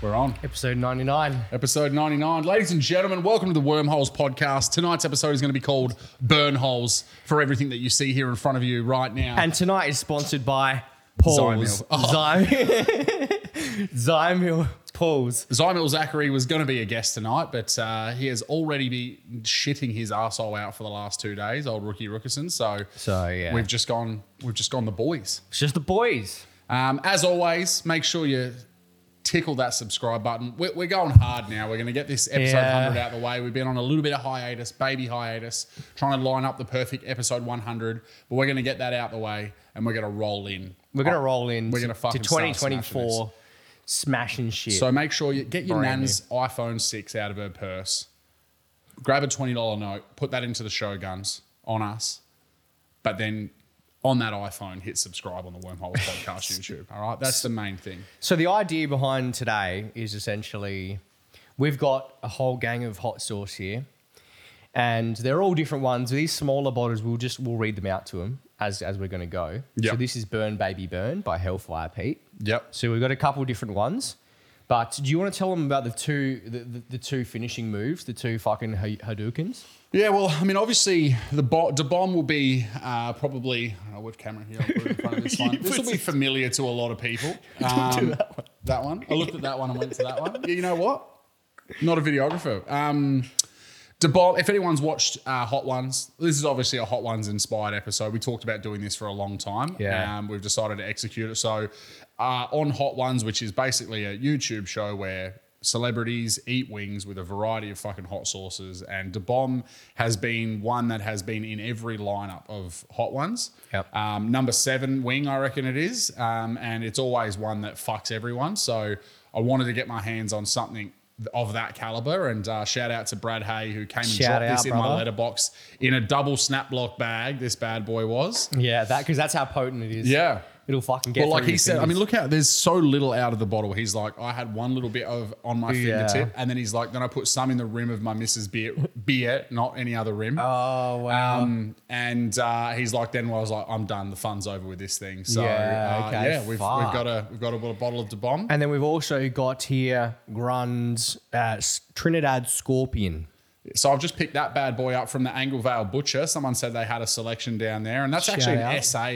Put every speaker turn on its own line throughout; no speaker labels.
We're on.
Episode 99.
Episode 99. Ladies and gentlemen, welcome to the Wormholes Podcast. Tonight's episode is going to be called Burn Holes for everything that you see here in front of you right now.
And tonight is sponsored by Paul's.
Zymil. Oh.
Zym- Zymil Paul's.
Zymil Zachary was going to be a guest tonight, but uh, he has already been shitting his arsehole out for the last two days, old rookie Rookerson. So,
So, yeah.
we've just gone, we've just gone the boys.
It's just the boys.
Um, as always, make sure you tickle that subscribe button. We're, we're going hard now. We're going to get this episode
Yeah.
100 out of the way. We've been on a little bit of hiatus, baby hiatus, trying to line up the perfect episode 100, but we're going to get that out the way and we're going to roll in.
We're going to roll in
Oh. We're gonna
to
fucking start smashing
2024 smashing shit.
So make sure you get your
Brand
nan's iPhone 6 out of her purse. Grab a $20 note, put that into the Shoguns on us, but then on that iPhone, hit subscribe on the Wormhole Podcast YouTube. All right, that's the main thing.
So the idea behind today is essentially we've got a whole gang of hot sauce here, and they're all different ones. These smaller bottles, we'll just we'll read them out to them as as we're going to go.
Yep.
So this is Burn Baby Burn by Hellfire Pete.
Yep.
So we've got a couple different ones. But do you want to tell them about the two the, the, the two finishing moves, the two fucking Ha- Hadoukens?
Yeah, well, I mean, obviously, the bo- the bomb will be uh, probably. I don't know what camera here. I'll put it in front of this one. This will be familiar to a lot of people. Um, that, one. I looked at that one and went to that one. Yeah, you know what? Not a videographer. Um, De Bomb, if anyone's watched uh, Hot Ones, this is obviously a Hot Ones inspired episode. We talked about doing this for a long time.
Yeah.
Um, we've decided to execute it. So, uh, on Hot Ones, which is basically a YouTube show where celebrities eat wings with a variety of fucking hot sauces, and De Bomb has been one that has been in every lineup of Hot Ones.
Yep.
Um, number seven wing, I reckon it is. Um, and it's always one that fucks everyone. So I wanted to get my hands on something of that caliber. And uh, shout out to Brad Hay, who came and
Shout
dropped this
out,
in my
brother.
letterbox in a double snap block bag. This bad boy was.
Yeah, that because that's how potent it is.
Yeah.
it'll fucking get.
Well, like
through
he
your
said, I
fingers.
mean, look out. There's so little out of the bottle. He's like, I had one little bit of on my
Yeah.
fingertip, and then he's like, then I put some in the rim of my missus' beer, beer, not any other rim.
Oh wow!
Um, and uh, he's like, then I was like, I'm done. The fun's over with this thing. So
Yeah,
uh,
okay,
yeah, we've, we've
fuck.
got a we've got a, little bottle of De Bomb.
And then we've also got here Grund's uh, S- Trinidad Scorpion.
so I've just picked that bad boy up from the Anglevale Butcher. Someone said they had a selection down there, and that's
Shout
actually an
out.
SA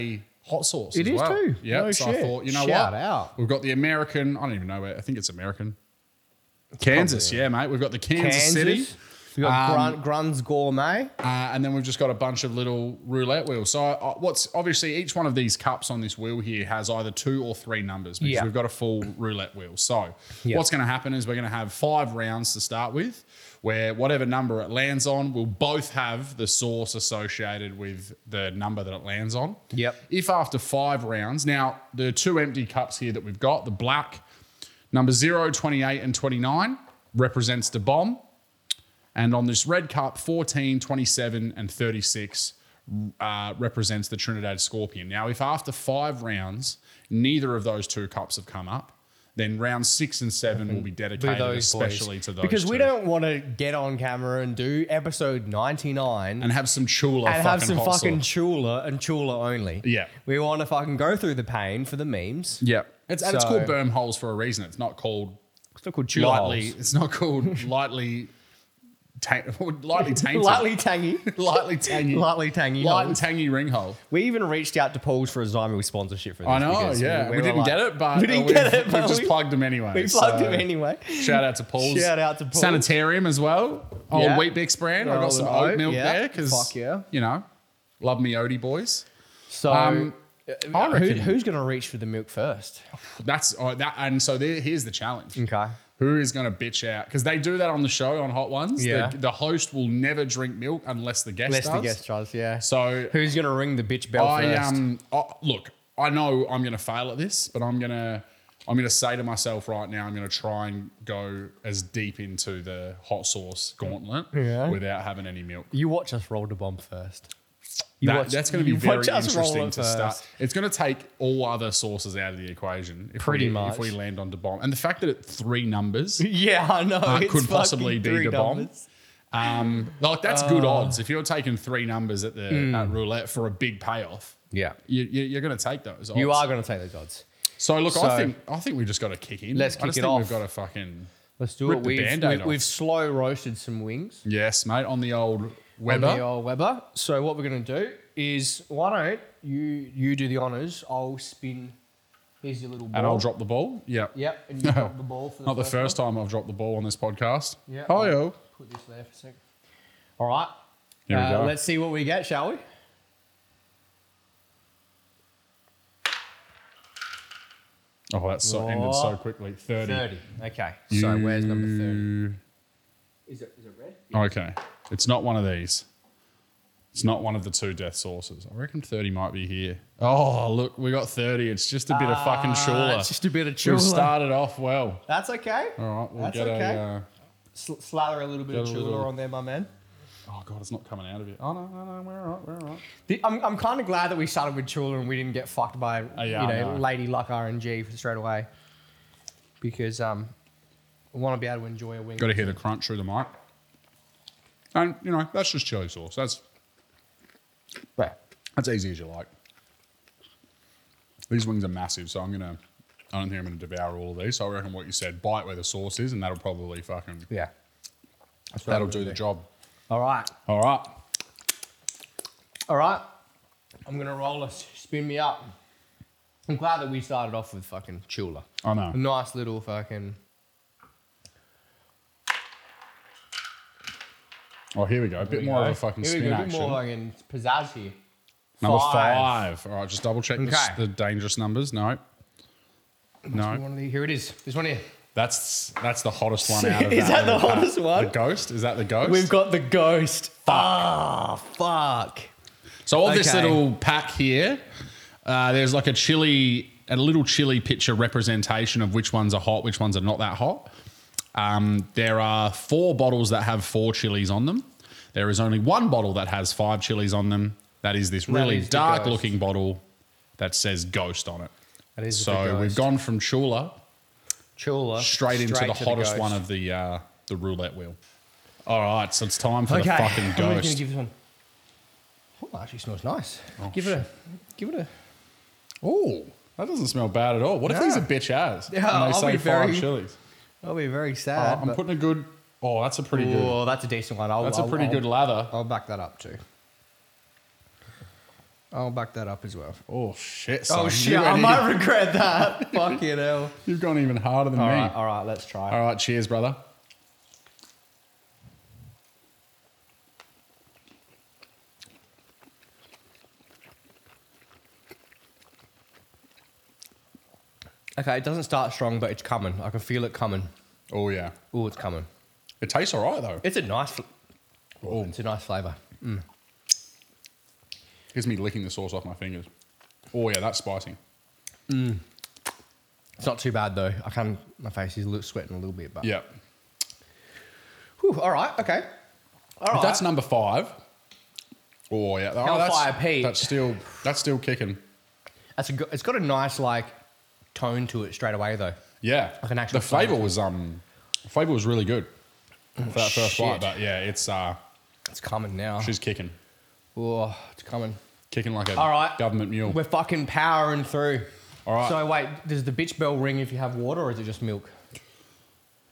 hot sauce.
It
as
is
well.
too.
Yeah.
No
so I
shit.
thought, you know
Shout
what?
out.
We've got the American. I don't even know where. I think it's American. Kansas, yeah, mate. We've got the Kansas, City,
We've got
Um,
Grun- Grund's Gourmet.
uh, and then we've just got a bunch of little roulette wheels. So, uh, what's obviously each one of these cups on this wheel here has either two or three numbers because
Yeah.
we've got a full roulette wheel. So,
Yeah.
what's going to happen is we're going to have five rounds to start with, where whatever number it lands on, we'll both have the source associated with the number that it lands on.
Yep.
If after five rounds, now the two empty cups here that we've got, the black number 0, 28, and 29 represents the bomb. And on this red cup, 14, 27, and 36 uh, represents the Trinidad Scorpion. Now, if after five rounds, neither of those two cups have come up, then round six and seven will be dedicated especially
boys.
to those
because we
two.
don't want to get on camera and do episode 99 and,
and have some chula fucking
have some
hot sauce.
fucking chula and chula only.
Yeah.
We want to fucking go through the pain for the memes.
yeah. It's, and it's
So-
called berm holes for a reason. It's not called
It's not called chula.
lightly.
holes.
It's not called lightly, ta- lightly tainted,
Lightly tangy.
lightly tangy,
Lightly tangy
light
holes.
and tangy ring hole.
we even reached out to Paul's for a Zymil sponsorship for this.
I know,
because
yeah. We,
were
didn't
like-
get it, but
we didn't
uh,
get
we've-
it, but
we've just
we-
plugged him anyway.
We plugged
so-
him anyway.
Shout out to Paul's.
Shout out to Paul's.
Sanitarium as well. Old
Yeah.
Wheatbix brand. I
Old
got some
oat,
oat milk
yeah.
there because,
Fuck yeah.
you know, love me Odie boys.
So, uh,
Um, I
who,
reckon
who's going to reach for the milk first?
that's uh, that. And so there, here's the challenge.
Okay.
Who is going to bitch out? Because they do that on the show on Hot Ones. The-
Yeah.
The, host will never drink milk unless the guest
Unless
does.
the guest does, yeah.
So
Who's going to ring the bitch bell
I
first?
um I, look, I know I'm gonna fail at this, but I'm gonna I'm gonna say to myself right now, I'm gonna try and go as deep into the hot sauce gauntlet
Yeah.
without having any milk.
you watch us roll the bomb first. You
That-
watch-
that's going to be
you
very
watch us roll
interesting
it
to start.
first.
It's going to take all other sources out of the equation. If
Pretty
we,
much.
If we land on De Bomb. And the fact that it three numbers
Yeah, I know.
uh,
it's
could possibly
fucking
be
three
De Bomb.
numbers. Uh.
Um, like, that's good odds. If you're taking three numbers at the at
Mm.
roulette for a big payoff,
Yeah.
you, you, you're going to take those. Odds.
You are going to take those odds.
So look,
So-
I think I think we just got to kick in.
Let's
I
kick
just
it
think
off.
We've got to fucking
Let's do
Rip
it.
the
We've,
Band-Aid
we've,
off.
we've slow roasted some wings
yes, mate, on the old Weber.
on the old Weber. So what we're going to do is, why don't you you do the honors? I'll spin. Here's your little ball.
and I'll drop the ball. Yeah.
Yep, and you drop the ball for the
Not the
first
first time I've dropped the ball on this podcast.
Yeah.
Hi-yo.
Put this there for a sec. All right.
Here we
Uh,
go.
Let's see what we get, shall we?
Oh, that's so, ended so quickly. 30.
30. Okay. So where's number 30? Is it, is it red?
Okay. It's not one of these. It's not one of the two death sources. I reckon 30 might be here. Oh, look, we got 30. It's just a bit of fucking
Ah,
shula.
it's just a bit of
we
chula.
started off well.
That's okay.
All right, we'll
That's
get
okay.
a. Uh,
Sl- slather a little bit of
Oh. Get a
chula
little-
on there, my man.
oh, God, it's not coming out of it. Oh, no, no, no. We're all right. We're all right.
The- I'm, I'm kind of glad that we started with chula and we didn't get fucked by
Uh, yeah,
you
I
know,
know.
lady luck RNG straight away because um, I want to be able to enjoy a wing.
Got to hear the crunch through the mic. And, you know, that's just chili sauce. That's
Right.
That's easy as you like. These wings are massive, so I'm gonna. I don't think I'm gonna devour all of these. So I reckon what you said, bite where the sauce is, and that'll probably fucking
Yeah. That's what
that'll
I'm
do
gonna
the job.
All right.
All right.
All right. I'm going to roll us. Spin me up. I'm glad that we started off with fucking Chula.
I
A
know.
nice little fucking.
Oh, here we go. A bit
Here we
more
go.
of a fucking
Here we
spin
go, A bit
action.
more fucking pizzazz here.
Number five. All right, just double check the-
Okay.
the dangerous numbers. No. No,
One of the- here it is. This one here.
that's that's the hottest one out of
Is that the
little pack.
hottest one?
The ghost? Is that the ghost?
We've got the ghost. Ah, fuck.
So of this
Okay.
little pack here, uh, there's like a chili, a little chili picture representation of which ones are hot, which ones are not that hot. Um, there are four bottles that have four chilies on them. There is only one bottle that has five chilies on them. That is this really
is the
dark
Ghost.
looking bottle that says ghost on it.
That is the
So we've
Ghost.
gone from Chula
Chula.
straight, into the
to
hottest
ghost.
one of the uh, the roulette wheel. All right, so it's time for
Okay.
the fucking
I'm going to
ghost.
give this one. Oh, that actually smells nice. give it a. Give it a.
Oh, that doesn't smell bad at all. What if
No.
he's a bitch ass?
Yeah,
and they
I'll
say
be
five
very-
chilies.
I'll be very
Oh,
sad.
I'm
but-
putting a good. Oh, that's a pretty good.
Oh, that's a decent one. I'll,
That's
I'll-
a pretty
I'll-
good lather.
I'll back that up too. I'll back that up as well.
Oh shit! son,
Oh
you
shit!
went
I
in-
might regret that. Fuck you, hell.
You've gone even harder than
All
me.
right, all right, let's try.
All right, cheers, brother.
Okay, it doesn't start strong, but it's coming. I can feel it coming.
Oh yeah,
Oh, it's coming.
it tastes all right though.
It's a nice. fl-
Oh,
It's a nice flavor.
gives me licking the sauce off my fingers. Oh yeah, that's spicy.
It's not too bad though. I can. My face is a little sweating a little bit, but
Yeah,
Whew, all right, okay, all right.
that's number five. Oh yeah, oh, that's,
Hellfire Pete.
that's still that's still kicking.
That's a. Go- it's got a nice like tone to it straight away though.
Yeah,
Like an actual
the flavour
flavour.
was um, the flavour was really good for that first
shit.
bite. But yeah, it's uh,
It's coming now.
she's kicking,
Oh, it's coming.
kicking like a
All right.
government mule.
We're fucking powering through.
All right.
So wait, does the bitch bell ring if you have water, or is it just milk?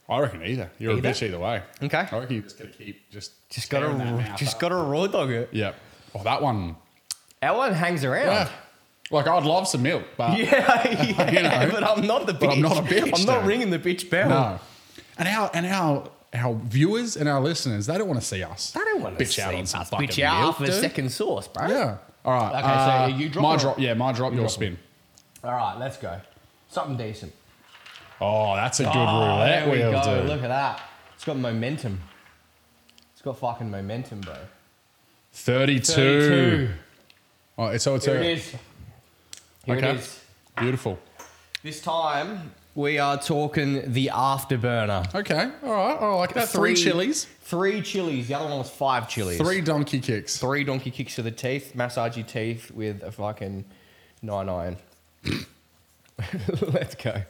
I reckon either. You're
Either?
a bitch either way.
Okay.
I reckon you just gotta keep just
Just gotta,
tearing that mouth
just
up.
gotta raw dog it.
Yeah. Oh, that one.
That one hangs around.
Yeah. Like I'd love some milk, but
Yeah, yeah,
know.
but I'm not the bitch.
But I'm not a bitch,
I'm not
though.
ringing the bitch bell.
no. And our and our our viewers and our listeners, they don't want to see us.
I don't want to
bitch out on some fucking
bitch out
milk,
for
dude.
second source, bro.
Yeah. All right.
Okay, so
uh,
are you
my
dropping
drop. Yeah, my drop. Your
dropping.
spin.
All right, let's go. Something decent.
Oh, that's a good roulette
there we
wheel,
go.
dude.
Look at that. It's got momentum. It's got fucking momentum, bro.
32. Oh, it's, so it's
Here
a-
it is. Here
Okay.
it is.
Beautiful.
This time, We are talking the afterburner.
Okay, all right, Oh, I like that. Three, chilies,
Three chilies. The other one was five chilies.
three donkey kicks.
Three donkey kicks to the teeth. Massage your teeth with a fucking nine iron. Let's go.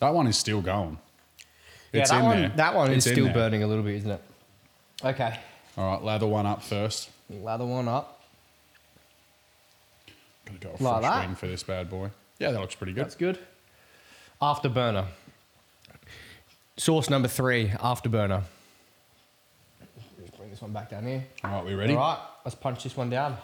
That one is still going.
Yeah,
It's
that
in
one.
there.
That one
It's
is
in
still
there.
burning a little bit, isn't it? Okay.
All right, lather one up first.
Lather one up.
Gotta go a
Like
fresh
that?
wing for this bad boy. Yeah, that looks pretty good.
That's good. Afterburner. Source number three. Afterburner. Just bring this one back down here.
All right, we ready?
All right, let's punch this one down.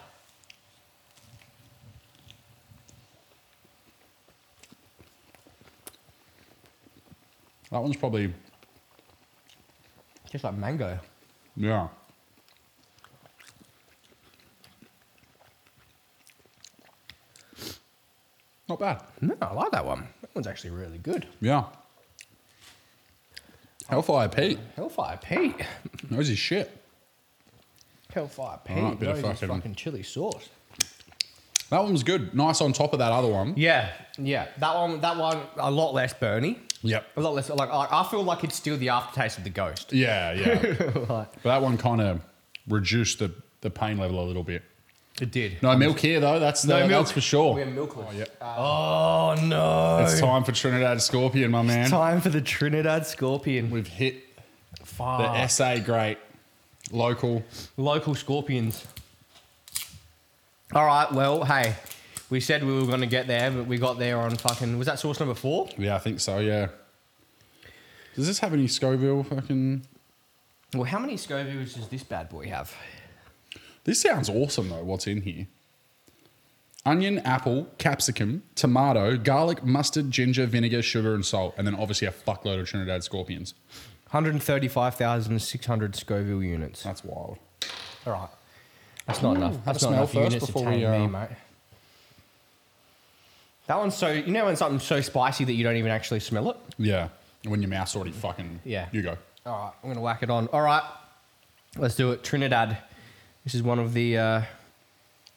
That one's probably
Just like mango.
yeah. Not bad.
No, I like that one. That one's actually really good.
Yeah. Hellfire Pete
Hellfire Pete.
knows his shit.
Hellfire Pete.
Alright, bit of
knows his
fucking-
fucking chili sauce.
That one was good. Nice on top of that other one.
Yeah, yeah. That one, that one, a lot less burny.
Yep.
A lot less. Like I, I feel like it's still the aftertaste of the ghost.
Yeah, yeah.
Like,
but that one kind of reduced the, the pain level a little bit.
it did. Oh,
No milk here though. That's the,
No milk.
that's for sure. Oh,
We have milkless.
yeah.
oh no!
It's time for Trinidad Scorpion, my man.
Time for the Trinidad Scorpion.
We've hit the
Fuck.
SA great local.
Local scorpions. All right. Well, hey, we said we were going to get there, but we got there on fucking. Was that source number four?
Yeah, I think so. Yeah. Does this have any Scoville fucking?
Well, how many Scovilles does this bad boy have?
This sounds awesome though. What's in here? Onion, apple, capsicum, tomato, garlic, mustard, ginger, vinegar, sugar, and salt, and then obviously a fuckload of Trinidad scorpions.
135,600 Scoville units.
That's wild.
All right. That's not enough. That's
a
not
smell
enough
first
units to
before
tame
we, uh,
me, mate. That one's so, you know when something's so spicy that you don't even actually smell it?
Yeah. When your mouth's already fucking.
Yeah.
You go.
All right, I'm going to whack it on. All right, let's do it. Trinidad. This is one of the, uh,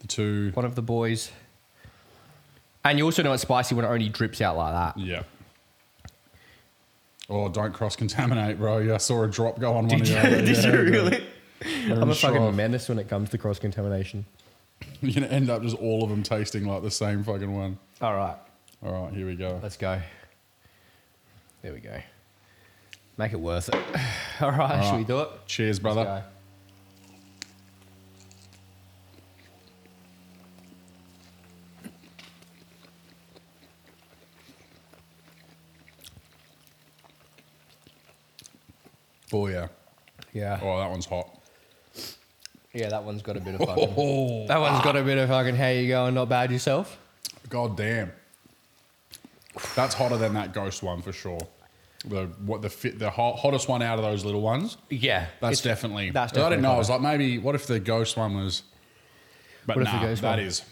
The two.
one of the boys. And you also know it's spicy when it only drips out like that.
Yeah. Oh, don't cross contaminate, bro. Yeah, I saw a drop go on one
Did
of
you,
your other-
did
yeah,
you
bro.
really? I'm a
sure
fucking
I've-
menace when it comes to cross contamination.
You're going to end up just all of them tasting like the same fucking one.
All right.
All right, here we go.
Let's go. There we go. Make it worth it. All right, should we do it?
Cheers, brother.
Let's
Oh, yeah.
go. Yeah.
Oh, that one's hot.
Yeah, that one's got a bit of fucking.
Oh,
That one's got a bit of fucking. How you going? Not bad yourself.
god damn. That's hotter than that ghost one for sure. The what the fit the hot, hottest one out of those little ones.
Yeah,
That's definitely.
that's
I didn't
definitely
know. I was like, maybe what if the ghost one was? But
What if the
nah,
ghost
that
one-
is.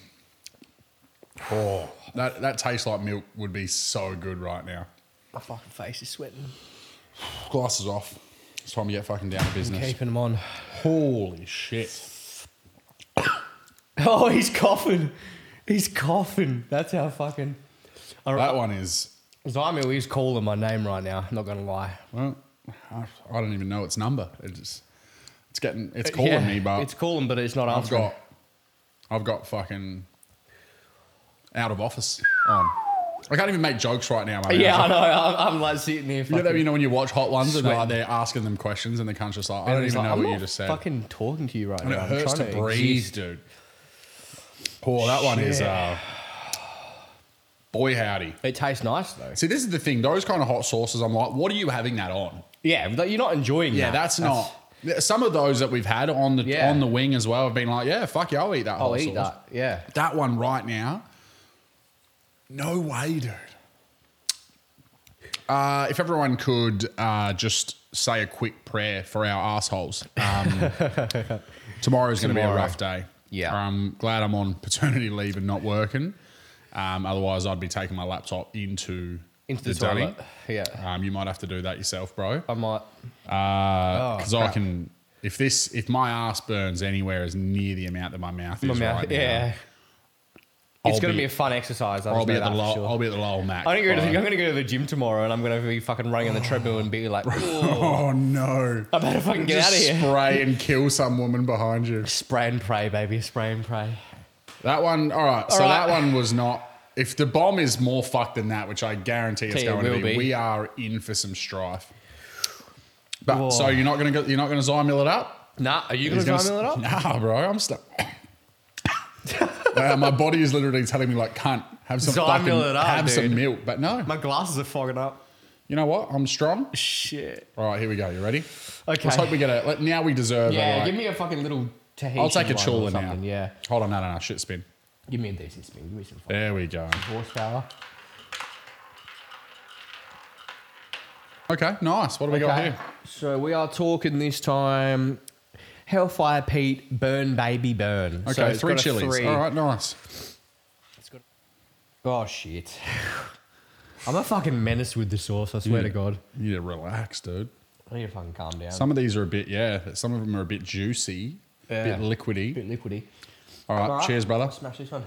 Oh, that that tastes like milk would be so good right now.
my fucking face is sweating.
Glasses off. It's time to get fucking down to business.
Keeping them on.
Holy shit!
Oh, he's coughing. He's coughing. That's how fucking. All right.
That one is.
Zymu is calling my name right now. Not gonna lie.
Well, I, I don't even know its number. It's it's getting it's calling
Uh, Yeah,
me, but
it's calling, but it's not
I've
answering.
got I've got fucking out of office on. I can't even make jokes right now, man.
yeah, I know. I'm, I'm like sitting here.
You
Fucking,
know, you know when you watch Hot Ones and they're,
Sweating.
they're asking them questions and the cunt's just like, I
And
don't
it's
even
like,
know
I'm
what you
not
just said.
Fucking talking to you right
and it
now.
hurts
I'm
to
trying
breathe,
exist.
dude. Oh, that one is
Shit.
uh, boy howdy.
It tastes nice though.
See, this is the thing. Those kind of hot sauces, I'm like, what are you having that on?
Yeah, like, you're not enjoying.
Yeah,
that.
that's, not. Some of those that we've had on the
Yeah.
on the wing as well have been like, yeah, fuck yeah, I'll eat that.
I'll
hot
eat
sauce.
that. Yeah.
That one right now. No way, dude. Uh, if everyone could uh, just say a quick prayer for our assholes. Um, tomorrow's going to be a
Tomorrow.
rough day.
Yeah.
I'm glad I'm on paternity leave and not working. Um, otherwise, I'd be taking my laptop into Oh,
Into the,
dunny.
toilet. Yeah.
Um, you might have to do that yourself, bro
I might.
because I
crap.
can. If this, if my ass burns anywhere as near the amount that my mouth
My
is
mouth.
right now,
yeah. it's going to
be-
be a fun exercise. I
I'll
just
be
know
at the
that for
low.
sure.
I'll be at the low, Mac.
I don't go to the, I'm
Alright.
going to go to the gym tomorrow and I'm going to be fucking running on the treadmill and be like, "Ugh,
Oh no!
I better fucking get out of
Just
here.
spray and kill some woman behind you.
Spray and pray, baby. Spray and pray.
That one, all right. so
right.
that one was not. If the bomb is more fucked than that, which I guarantee it's
Tell you
going
it
to
will
be,
be.
we are in for some strife. But
Whoa.
so you're not going to you're not going to Zymill it up.
Nah, are you
He's
going to try and mill it
gonna
up?
s- Nah, bro, I'm stuck. Wow, my body is literally telling me like, cunt, have some
Zymill
fucking,
it up,
have some
dude.
milk. But no,
My glasses are fogging up.
you know what? I'm strong.
Shit.
All right, here we go. You ready?
Okay.
Let's hope we get it. Now we deserve it.
yeah,
like-
give me a fucking little Tahitian
I'll take a
one or
chula now.
something, Yeah.
Hold on, no, no, no, shit spin.
Give me a decent spin. Give me some fucking
There we go.
horsepower.
Okay, nice. What do we got
Okay.
here?
So we are talking this time Hellfire Pete, Burn Baby Burn.
Okay,
so it's
three
got a
chilies.
three.
All right, nice.
Oh, shit. I'm a fucking menace with the sauce, I swear to God.
You need to relax, dude.
I need to fucking calm down.
Some of these are a bit, yeah. Some of them are a bit juicy, a
Yeah.
bit liquidy.
bit liquidy.
All right,
All right,
cheers, brother.
Smash this one.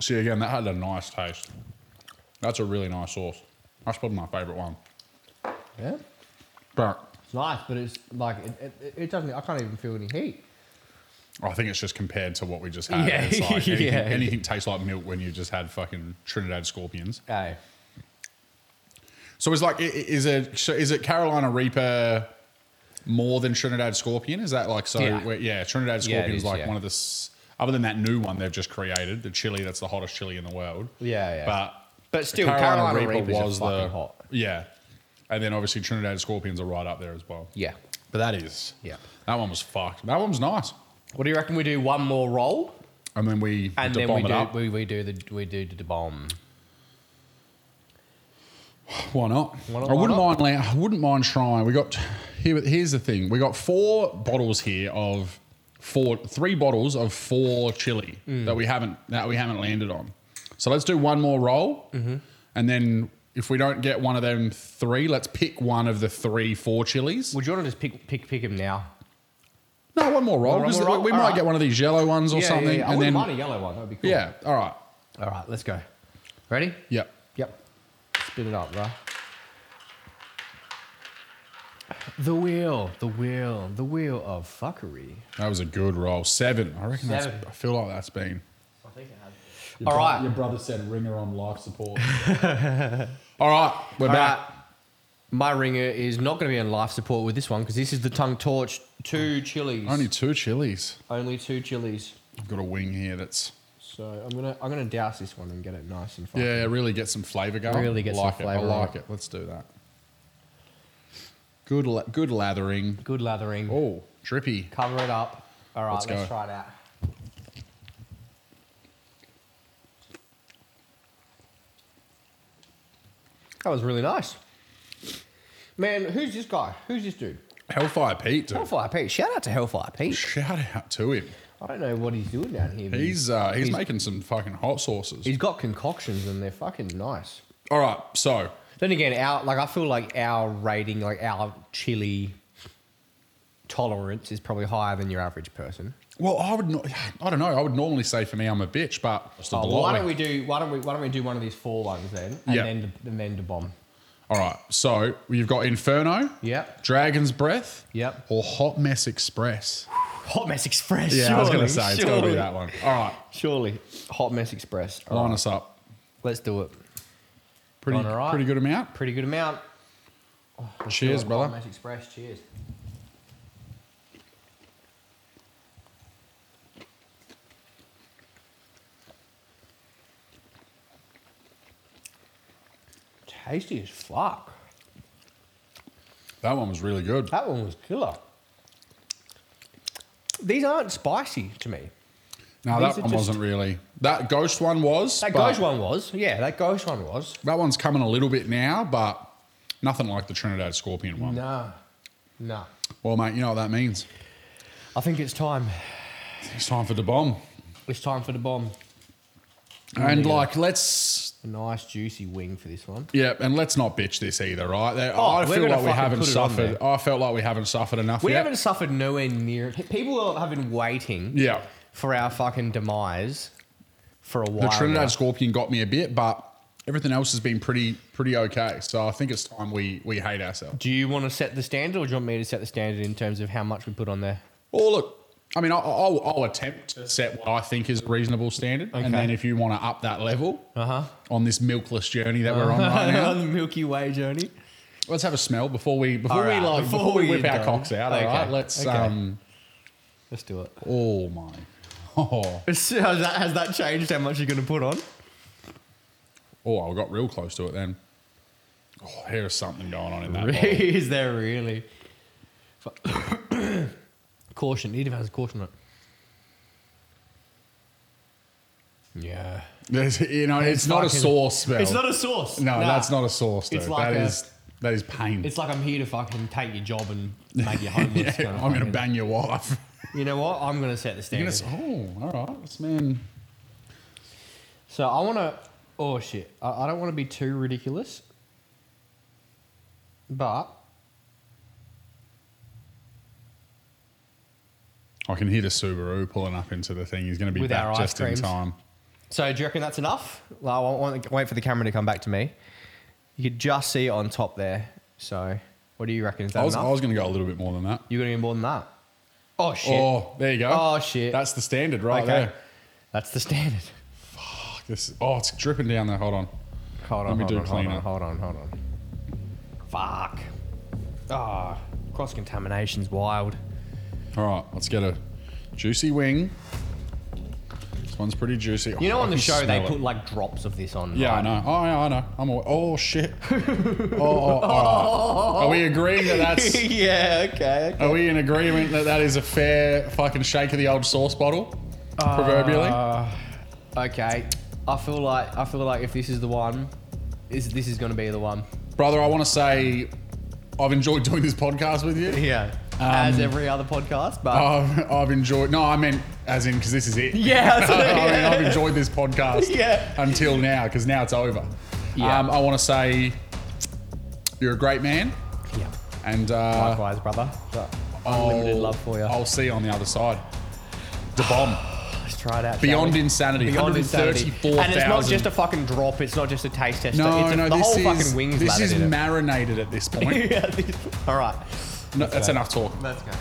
See again, that had a nice taste. That's a really nice sauce. That's probably my favorite one.
Yeah.
But
It's nice, but it's like, it, it, it doesn't, I can't even feel any heat.
I think it's just compared to what we just had.
Yeah.
It's like anything,
Yeah.
anything tastes like milk when you just had fucking Trinidad scorpions.
Hey.
So it's like, i- i- is it so is it Carolina Reaper more than Trinidad Scorpion? Is that like so?
Yeah.
Yeah, yeah Trinidad
Yeah, it
Scorpion is
is,
like
yeah.
one of the s- other than that new one they've just created, the chili that's the hottest chili in the world.
Yeah, yeah.
But
But still, Carolina, Reapers are fucking hot.
yeah, and then obviously Trinidad Scorpions are right up there as well.
Yeah.
But that is
Yeah.
that one was fucked. That one was nice.
What do you reckon? We do one more roll,
And then we
and
had to
then
bomb
we
it
do,
up.
we, we do the we do the bomb.
Why not?
Why not?
I wouldn't
Why
mind. Lan- I wouldn't mind trying. We got here. Here's the thing. We got four bottles here of four, three bottles of four chili
Mm.
that we haven't that we haven't landed on. So let's do one more roll,
Mm-hmm.
and then if we don't get one of them three, let's pick one of the three four chilies.
Would you want to just pick pick pick him now?
No, one more roll.
One
'cause
more roll,
we
all
might
right.
get one of these yellow ones or something,
I
and
wouldn't
then
mind a yellow one. That'd be cool.
yeah, all right,
All right, let's go. Ready?
yep.
Yep. Spin it up, bro. The wheel, the wheel, the wheel of fuckery.
That was a good roll. Seven. I reckon.
Seven.
That's, I feel like that's been.
I think it has. All right.
Your brother said ringer on life support. All right, we're
All
back.
right. My ringer is not going to be on life support with this one because this is the tongue torch. Two chilies.
Only two chilies.
Only two chilies.
I've got a wing here that's
So I'm gonna I'm gonna douse this one and get it nice and fine.
yeah, really get some flavour going.
Really get some
like
flavour
It. I like it.
going.
Let's do that. Good, la- good lathering.
Good lathering.
Oh, drippy.
Cover it up. All right,
Let's
let's,
go.
try it out. That was really nice. Man, who's this guy? Who's this dude?
Hellfire Pete, dude.
Hellfire Pete. Shout out to Hellfire Pete.
Shout out to him.
I don't know what he's doing down here. but
He's uh, he's,
He's-
making some fucking hot sauces.
he's got concoctions and they're fucking nice.
All right, so
Then again, our like I feel like our rating, like our chili tolerance, is probably higher than your average person.
well, I would not. I don't know. I would normally say for me, I'm a bitch, but
Oh, well, why don't we do why don't we why don't we do one of these four ones then, and
Yeah.
then and then the bomb.
All right, so you've got Inferno,
Yep.
Dragon's Breath,
Yep.
or Hot Mess Express.
Hot mess express.
Yeah,
surely,
I was gonna say it's gotta be
surely.
that one. All right,
Surely, hot mess express. All
line
right,
us up.
let's do it.
Pretty,
Line her up.
pretty good amount.
Pretty good amount.
Cheers,
Hot
brother.
mess express. Cheers. Tasty as fuck.
That one was really good.
That one was killer. These aren't spicy to me.
No,
These
that
are
one
just-
wasn't really. That ghost one was.
That
but
ghost one was. Yeah, that ghost one was.
That one's coming a little bit now, but nothing like the Trinidad Scorpion one.
No. No.
Well, mate, you know what that means.
I think it's time.
It's time for the bomb.
It's time for the bomb.
And like, let's
A nice juicy wing for this one.
Yeah, and let's not bitch this either, right? They-
Oh,
I
we're
feel
gonna
like we
fucking
haven't
put it on
suffered.
there.
I felt like we haven't suffered enough
We
yet.
haven't suffered nowhere near it. People have been waiting
yeah,
for our fucking demise for a
the
while.
Trinidad
now.
Scorpion got me a bit, but everything else has been pretty pretty okay. So I think it's time we we hate ourselves.
Do you want to set the standard or do you want me to set the standard in terms of how much we put on there?
Well, look, I mean, I- I'll, I'll attempt to set what I think is a reasonable standard,
Okay.
and then if you want to up that level
Uh-huh.
on this milkless journey that we're on right now,
on the Milky Way journey.
let's have a smell before we before
Alright,
we like before,
before
we
we
whip our
go.
cocks out.
Okay,
All right, let's.
okay.
um
Let's do it.
Oh my. Oh,
Has that, has that changed how much you're going to put on?
oh, I got real close to it then. Oh, there's something going on in that. bottle.
Is there really? caution. It even has caution on it. Yeah.
There's, you know, it's, not a
fucking-
sore smell.
It's not a sauce.
no,
Nah.
that's not a sore smell.
It's
That is
like a-
that is pain.
It's like I'm here to fucking take your job and make you homeless.
Yeah,
kind of
I'm gonna
fucking-
bang your wife.
You know what? I'm going to set the
You're
standard.
gonna say, oh, all right, this man.
So I want to. Oh shit! I, I don't want to be too ridiculous, but
I can hear the Subaru pulling up into the thing. He's gonna be
With our
back
ice
just
creams.
in time.
so do you reckon that's enough? Well, I won't wait for the camera to come back to me. You could just see it on top there. So what do you reckon? Is that
I was,
enough?
I was gonna go a little bit more than that.
You're gonna need more than that. Oh shit!
Oh, there you go.
Oh, shit.
That's the standard right there.
that's the standard.
Fuck, This, oh, it's dripping down there. Hold on.
Hold
Let
on,
me
hold
do
on, hold
cleaner.
on, hold on, hold on. Fuck. Ah, cross contamination's wild.
All right, let's get a juicy wing. This one's pretty juicy.
You know,
Oh, I
on the
can
show they
smell it.
put like drops of this on.
Yeah, I know. Oh, yeah, I know. I'm aware. Oh, shit. Oh, oh, all right. Are we agreeing that that's.
yeah. Okay.
Are we in agreement that that is a fair fucking shake of the old sauce bottle? proverbially?
Uh, okay. I feel like I feel like if this is the one, this this is gonna be the one.
Brother, I want to say I've enjoyed doing this podcast with you.
Yeah. Um, oh. As every other podcast, but
I've, I've enjoyed. No, I meant as in, because this is it.
yeah. that's what I-
I mean, I've enjoyed this podcast
Yeah.
until now, because now it's over.
Yeah.
Um, I want to say you're a great man.
yeah.
And uh,
Likewise, brother. Unlimited love for you.
I'll see you on the other side. The bomb.
Let's try it out. shall
Beyond
we?
insanity.
Beyond insanity.
134,000.
And it's not just a fucking drop. It's not just a taste tester.
no,
it's a,
no,
the
this
whole
is
fucking wings
this
lathered
is
in it.
marinated at this point.
yeah, this, all right.
no, that's enough talk.
Let's go.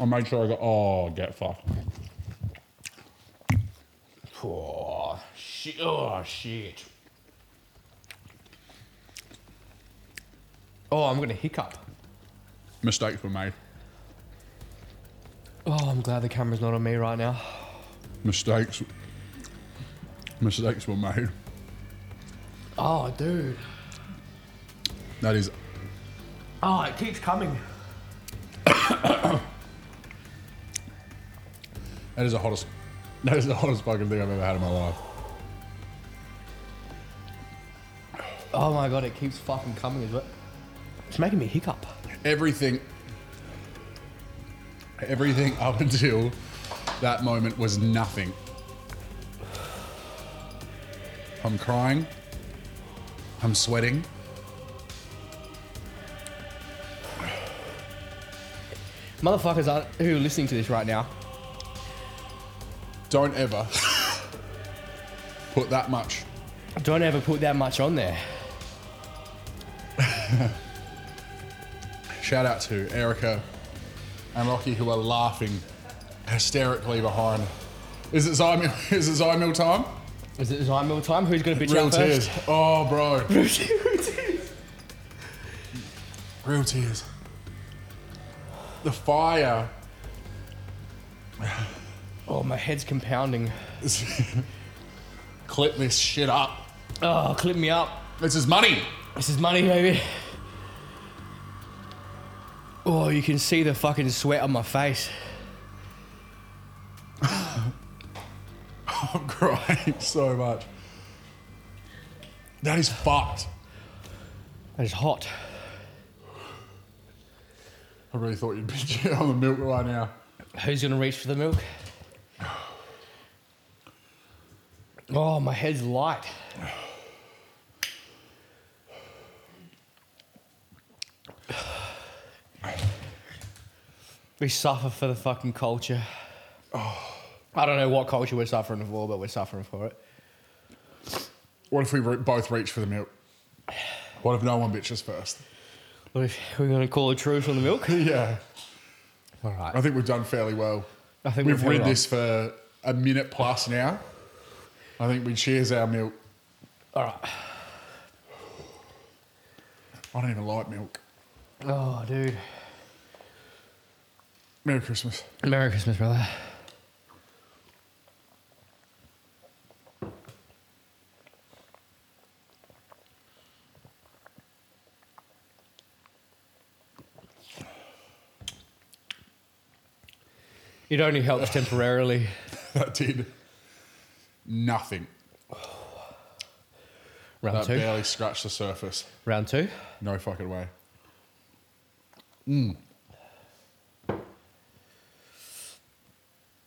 I'll make sure I go. Oh, get fucked.
Oh shit! Oh shit! Oh, I'm gonna hiccup.
Mistakes were made.
Oh, I'm glad the camera's not on me right now.
Mistakes. Mistakes were made.
Oh, dude.
That is.
Oh, it keeps coming.
That is the hottest. That is the hottest fucking thing I've ever had in my life.
Oh my god, it keeps fucking coming as well. It's making me hiccup.
Everything. Everything up until that moment was nothing. I'm crying. I'm sweating.
Motherfuckers are, who are listening to this right now.
Don't ever put that much.
Don't ever put that much on there.
Shout out to Erica and Lockie who are laughing hysterically behind. Is it Zymil? Is it Zymil time?
Is it design meal time? Who's gonna bitch
Real
out
tears.
first?
Oh, bro. Real tears. The fire.
oh, my head's compounding.
is- Clip this shit up.
Oh, clip me up.
This is money.
This is money, baby. Oh, you can see the fucking sweat on my face.
I'm crying so much. That is fucked.
That is hot.
I really thought you'd be on the milk right now.
Who's gonna reach for the milk? Oh, my head's light. We suffer for the fucking culture. Oh. I don't know what culture we're suffering for, but we're suffering for it.
What if we re- both reach for the milk? What if no one bitches first?
What if We're gonna call a truce on the milk.
Yeah,
All
I
right.
think we've done fairly well.
I think
We've
we've
read
held
this for a minute plus now. I think we cheers our milk.
All right.
I don't even like milk.
Oh, dude.
Merry Christmas.
Merry Christmas, brother. It only helps temporarily.
That did nothing.
Round
That
two.
barely scratched the surface.
Round two.
No fucking way.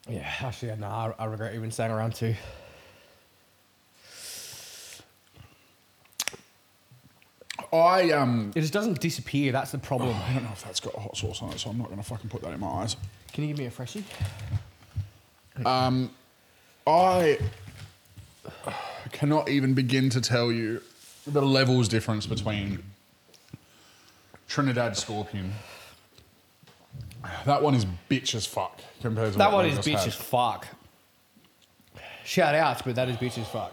Yeah, actually, no, I, I regret even saying round two.
I um.
It just doesn't disappear. That's the problem.
I don't know if that's got hot sauce on it, so I'm not going to fucking put that in my eyes.
Can you give me a freshie?
Um, I cannot even begin to tell you the levels difference between Trinidad Scorpion. That one is bitch as fuck compared to
That
what
one
we
is
just
bitch
had.
as fuck. Shout outs, but that is bitch as fuck.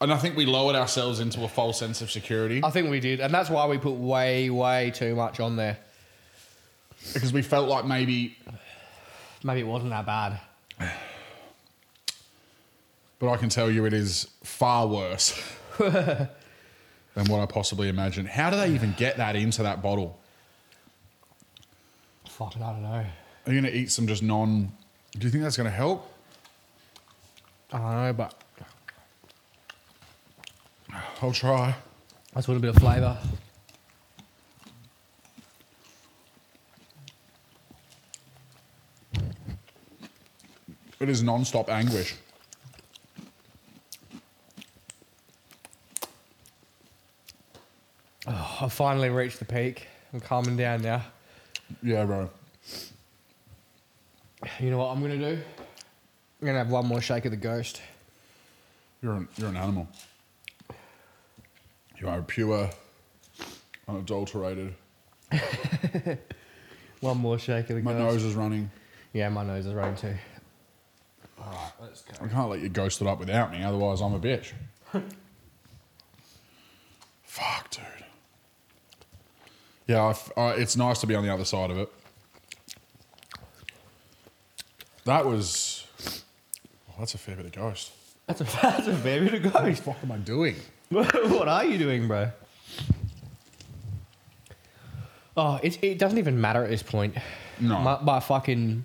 And I think we lowered ourselves into a false sense of security
I think we did, and that's why we put way, way too much on there.
because we felt like maybe,
Maybe it wasn't that bad.
but I can tell you it is far worse than what I possibly imagined. How do they even get that into that bottle?
Fucking, I don't know.
Are you going to eat some just non? Do you think that's going to help?
I don't know, but
I'll try.
that's a little bit of flavour.
It is non-stop anguish.
I Oh, finally reached the peak. I'm calming down now.
Yeah, bro.
You know what I'm gonna do? I'm gonna have one more shake of the ghost.
You're an, you're an animal. You are pure, unadulterated.
One more shake of the
My
ghost.
nose is running.
Yeah, my nose is running too.
I can't let you ghost it up without me, otherwise I'm a bitch. Fuck, dude. Yeah, I f I it's nice to be on the other side of it. That was. Well, that's a fair bit of ghost.
That's a that's a fair bit of ghost.
What am I doing?
what are you doing, bro? Oh, it, it doesn't even matter at this point.
No.
My, my fucking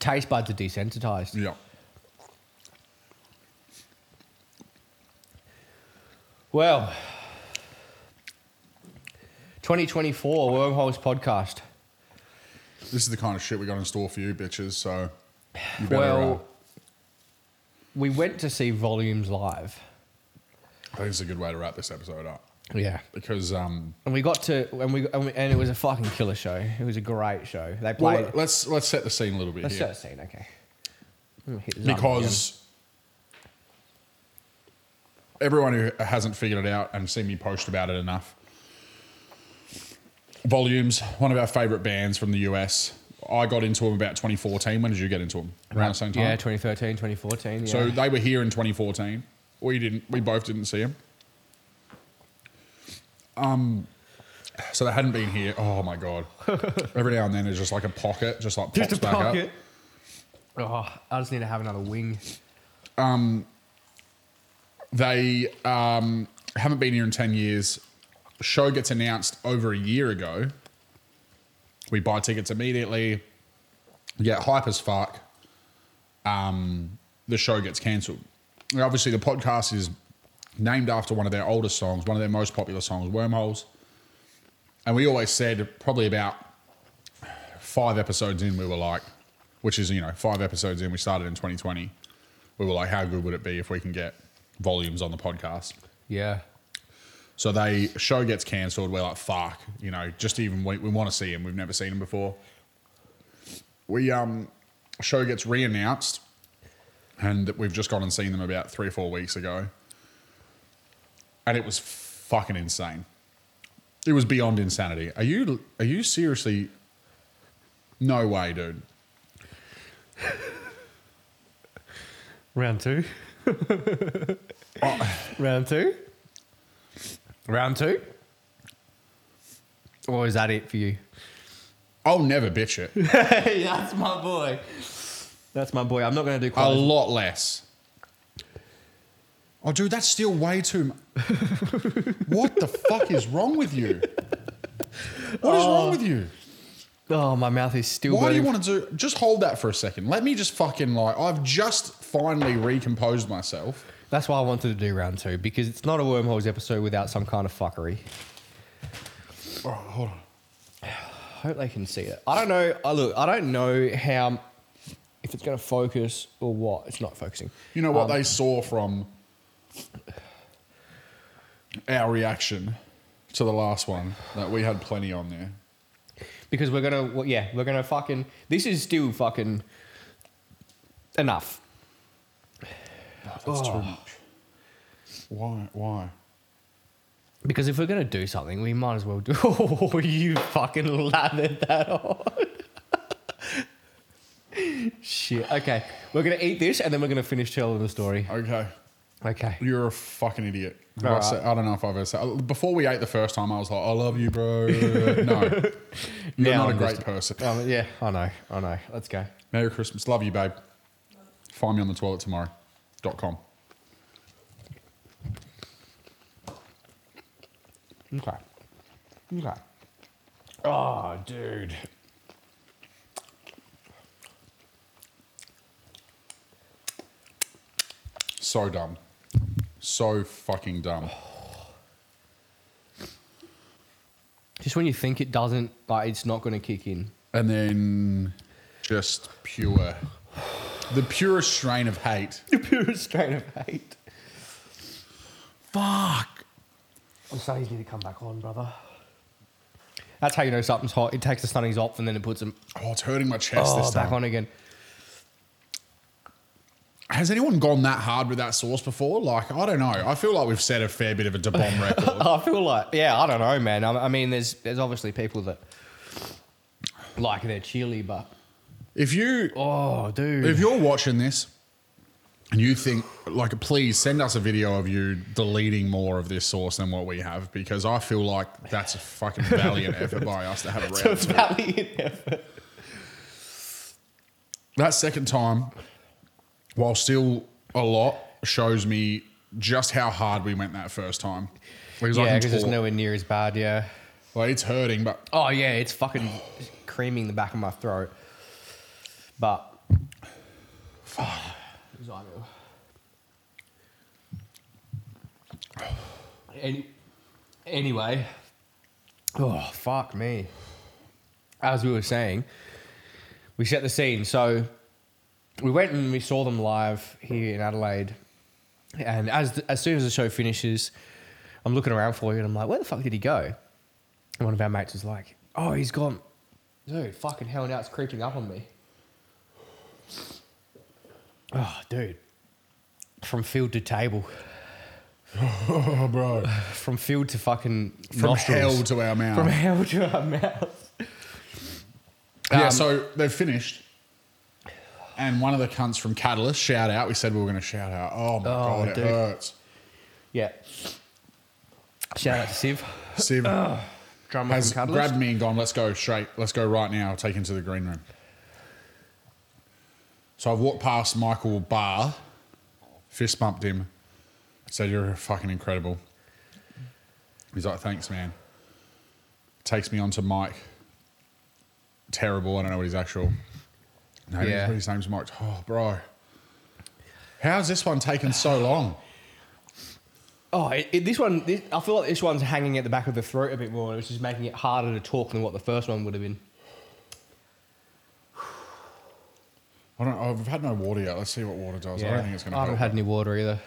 taste buds are desensitized.
Yeah.
Well, 2024 Wormholes podcast.
This is the kind of shit we got in store for you, bitches. So, you better,
Well,
uh,
we went to see Volumes live.
I think it's a good way to wrap this episode up
Yeah.
because um,
And we got to, and we, and, we, and it was a fucking killer show. It was a great show. They
well,
played.
let's let's set the scene a little bit
let's
here
set a scene, okay? I'm gonna hit the zombie again.
because everyone who hasn't figured it out and seen me post about it enough. Volumes, one of our favorite bands from the US. I got into them about 2014. When did you get into them? Around the same time.
yeah, 2013, 2014. Yeah.
So they were here in 2014. We didn't. We both didn't see him. Um, so they hadn't been here. Oh my god! Every now and then, it's just like a pocket, just like pops
Just a
back
pocket.
up.
Oh, I just need to have another wing.
They um, haven't been here in 10 years. Show gets announced over a year ago. We buy tickets immediately. We get hype as fuck. Um, the show gets cancelled. And Obviously, the podcast is named after one of their oldest songs, one of their most popular songs, Wormholes. And we always said, probably about five episodes in, we were like, which is, you know, five episodes in, we started in 2020. We were like, how good would it be if we can get volumes on the podcast?
Yeah.
So they show gets cancelled. We're like, fuck, you know, just even we, we want to see him. We've never seen him before. We um show gets re-announced, and we've just gone and seen them about three or four weeks ago, and it was fucking insane. It was beyond insanity. Are you are you seriously? No way, dude.
Round two. Round two. Round two. Or is that it for you?
I'll never bitch it.
Hey, that's my boy. That's my boy. I'm not going to do
A
quite. as-
lot less. Oh, dude, that's still way too. Mu- what the fuck is wrong with you? What is wrong with you?
oh, my mouth is still.
Why do you
burning.
want to do? Just hold that for a second. Let me just fucking like. I've just finally recomposed myself.
That's why I wanted to do round two because it's not a wormholes episode without some kind of fuckery.
Oh, hold on.
I hope they can see it. I don't know. I look. I don't know how if it's going to focus or what. It's not focusing.
You know what they saw from our reaction to the last one that we had plenty on there.
because we're gonna well, yeah we're gonna fucking this is still fucking enough
That's too much. Why? Why?
because if we're gonna do something we might as well do oh you fucking lathered that on shit okay we're gonna eat this and then we're gonna finish telling the story
Okay,
okay
you're a fucking idiot. Have I,
Alright.
said- I don't know if I've ever said. uh, Before we ate the first time, I was like, "I love you, bro." no, you're
Now
not a
I'm
great
just-
person.
um, yeah I know I know let's go
Merry Christmas. Love you, babe. Find me on the toilet tomorrow. Dot com.
okay okay oh dude
So dumb. So fucking dumb.
just when you think it doesn't like it's not gonna kick in
And then just pure. The purest strain of hate.
the purest strain of hate
Fuck.
I'm starting to need to come back on, brother. That's how you know something's hot. It takes the sunnies off and then it puts them
Oh, it's hurting my chest
oh,
this
back
time.
on again.
Has anyone gone that hard with that sauce before? Like, I don't know. I feel like we've set a fair bit of a de bomb record.
I feel like, yeah, I don't know, man. I, I mean, there's there's obviously people that like their chili, but
If you
oh, dude,
If you're watching this and you think, like, please send us a video of you deleting more of this sauce than what we have, because I feel like that's a fucking valiant effort by us to have a round.
it's valiant effort.
That second time, while still a lot, shows me just how hard we went that first time. Because I
Yeah,
can
because it's
talk.
nowhere near as bad. Yeah.
like, it's hurting, but
Oh yeah, it's fucking creaming the back of my throat. But fuck. Any, anyway, oh fuck me. As we were saying, we set the scene. So we went and we saw them live here in Adelaide. And as as soon as the show finishes, I'm looking around for you and I'm like, where the fuck did he go? And one of our mates was like, "Oh, he's gone, dude! Fucking hell, now it's creeping up on me." Oh, dude, from field to table,
oh, bro,
from field to fucking
from
nostrils.
hell to our mouth.
from hell to our mouth.
yeah,
Um,
so they've finished. And one of the cunts from Catalyst, shout out. We said we were going to shout out. Oh my
Oh,
God, it
dude.
hurts.
Yeah. Shout out to Siv,
Siv
Oh, drummer
has
from Catalyst.
grabbed me and gone, let's go straight, let's go right now, take him to the green room. So I've walked past Michael Barr, fist bumped him, said, You're fucking incredible. He's like, Thanks, man. Takes me on to Mike. Terrible, I don't know what his actual name
Yeah.
is, but his name's Mike. Oh, bro. How's this one taken so long?
Oh, it, it- this one, this, I feel like this one's hanging at the back of the throat a bit more, which is making it harder to talk than what the first one would have been.
I don't. I've had no water yet. Let's see what water does. I don't think it's going to.
I haven't had any water either.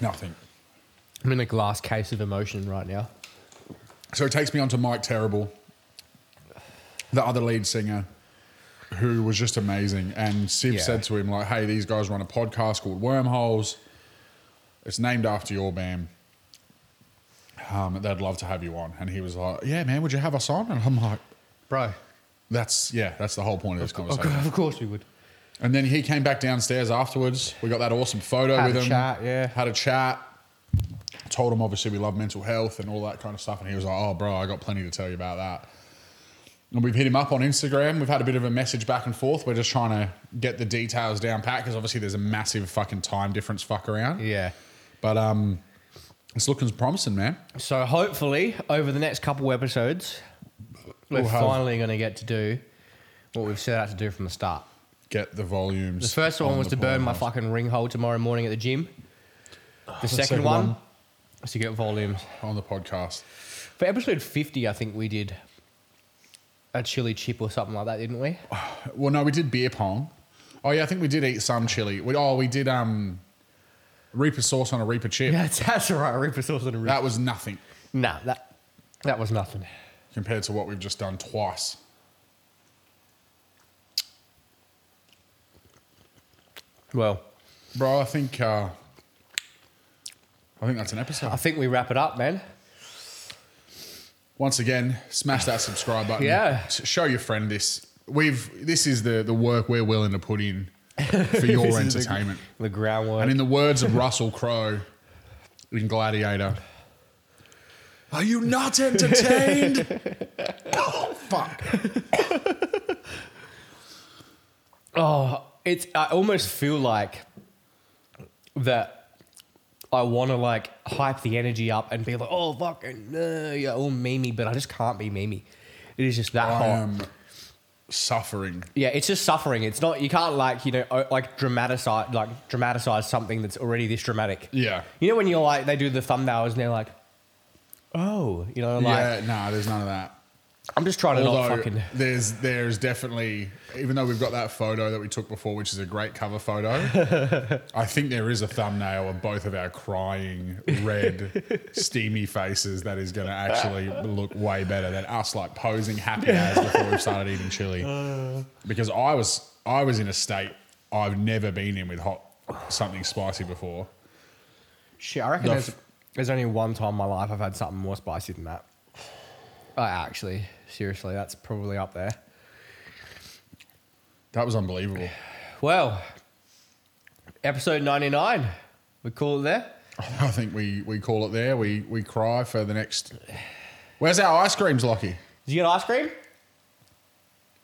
nothing.
I'm in a glass case of emotion right now.
So it takes me on to Mike Terrible, the other lead singer, who was just amazing. And Sib
Yeah.
said to him, like, hey, these guys run a podcast called Wormholes. It's named after your band. Um, they'd love to have you on. And he was like, yeah, man, would you have us on? And I'm like,
Bro,
that's, yeah, that's the whole point of this
of
conversation.
course, of course we would.
And then he came back downstairs afterwards. We got that awesome photo
Had
with
a
him.
chat, yeah.
Had a chat. Told him obviously we love mental health and all that kind of stuff. And he was like, "Oh, bro, I got plenty to tell you about that." And we've hit him up on Instagram. We've had a bit of a message back and forth. We're just trying to get the details down pat because obviously there's a massive fucking time difference fuck around.
Yeah.
But um, it's looking promising, man.
So hopefully, over the next couple episodes, we're
We'll have-
finally going to get to do what we've set out to do from the start.
Get the volumes.
The first one was to burn my fucking ring hole tomorrow morning at the gym. Ah, The second
second
one
one.
was to get volumes.
on the podcast.
For episode 50, I think we did a chili chip or something like that, didn't we?
Well, no, we did beer pong. Oh yeah, I think we did eat some chili. We, oh, we did um, Reaper sauce on a Reaper chip.
Yeah, that's, that's all right. Reaper sauce and a rib.
That was nothing
Nah, that, that was nothing.
compared to what we've just done twice.
Well,
Bro, I think uh, I think that's an
I
episode.
think we wrap it up, man.
Once again, smash that subscribe button.
Yeah.
S- Show your friend this. We've this is the the work we're willing to put in for your
This is the-
entertainment.
The groundwork.
And in the words of Russell Crowe in Gladiator, are you not entertained? oh, fuck.
Oh, it's. I almost feel like that. I want to like hype the energy up and be like, oh fucking, uh, yeah, all memey, but I just can't be memey. It is just that
I
hot.
am suffering.
Yeah, it's just suffering. It's not. You can't like you know o- like dramatize like dramatize something that's already this dramatic.
Yeah.
You know when you're like they do the thumbnails and they're like, oh, you know, like
yeah, nah, there's none of that.
I'm just trying to not
Although
fucking.
there's there's definitely even though we've got that photo that we took before, which is a great cover photo, I think there is a thumbnail of both of our crying, red, steamy faces that is going to actually look way better than us like posing happy as before we started eating chili. Because I was I was in a state I've never been in with hot something spicy before.
Shit, I reckon
The
there's,
f-
there's only one time in my life I've had something more spicy than that. I Oh, actually, seriously, that's probably up there.
That was unbelievable.
Well, episode 99, we call it there.
I think we we call it there. We we cry for the next. Where's our ice creams, Lockie?
Did you get ice cream?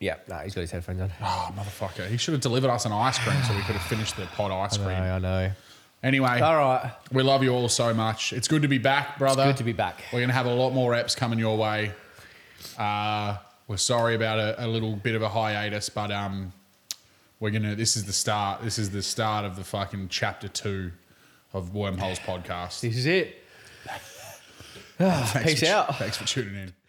Yeah, no, he's got his headphones on.
Oh, motherfucker. He should have delivered us an ice cream so we could have finished the pot ice cream.
I know.
Anyway,
All right,
we love you all so much. It's good to be back, brother.
good to be back.
We're going to have a lot more apps coming your way. Uh, we're sorry about a, a little bit of a hiatus, but um, we're going to, this is the start. This is the start of the fucking chapter two of Wormholes podcast.
This is it.
Thanks
Peace
for-
out.
Thanks for tuning in.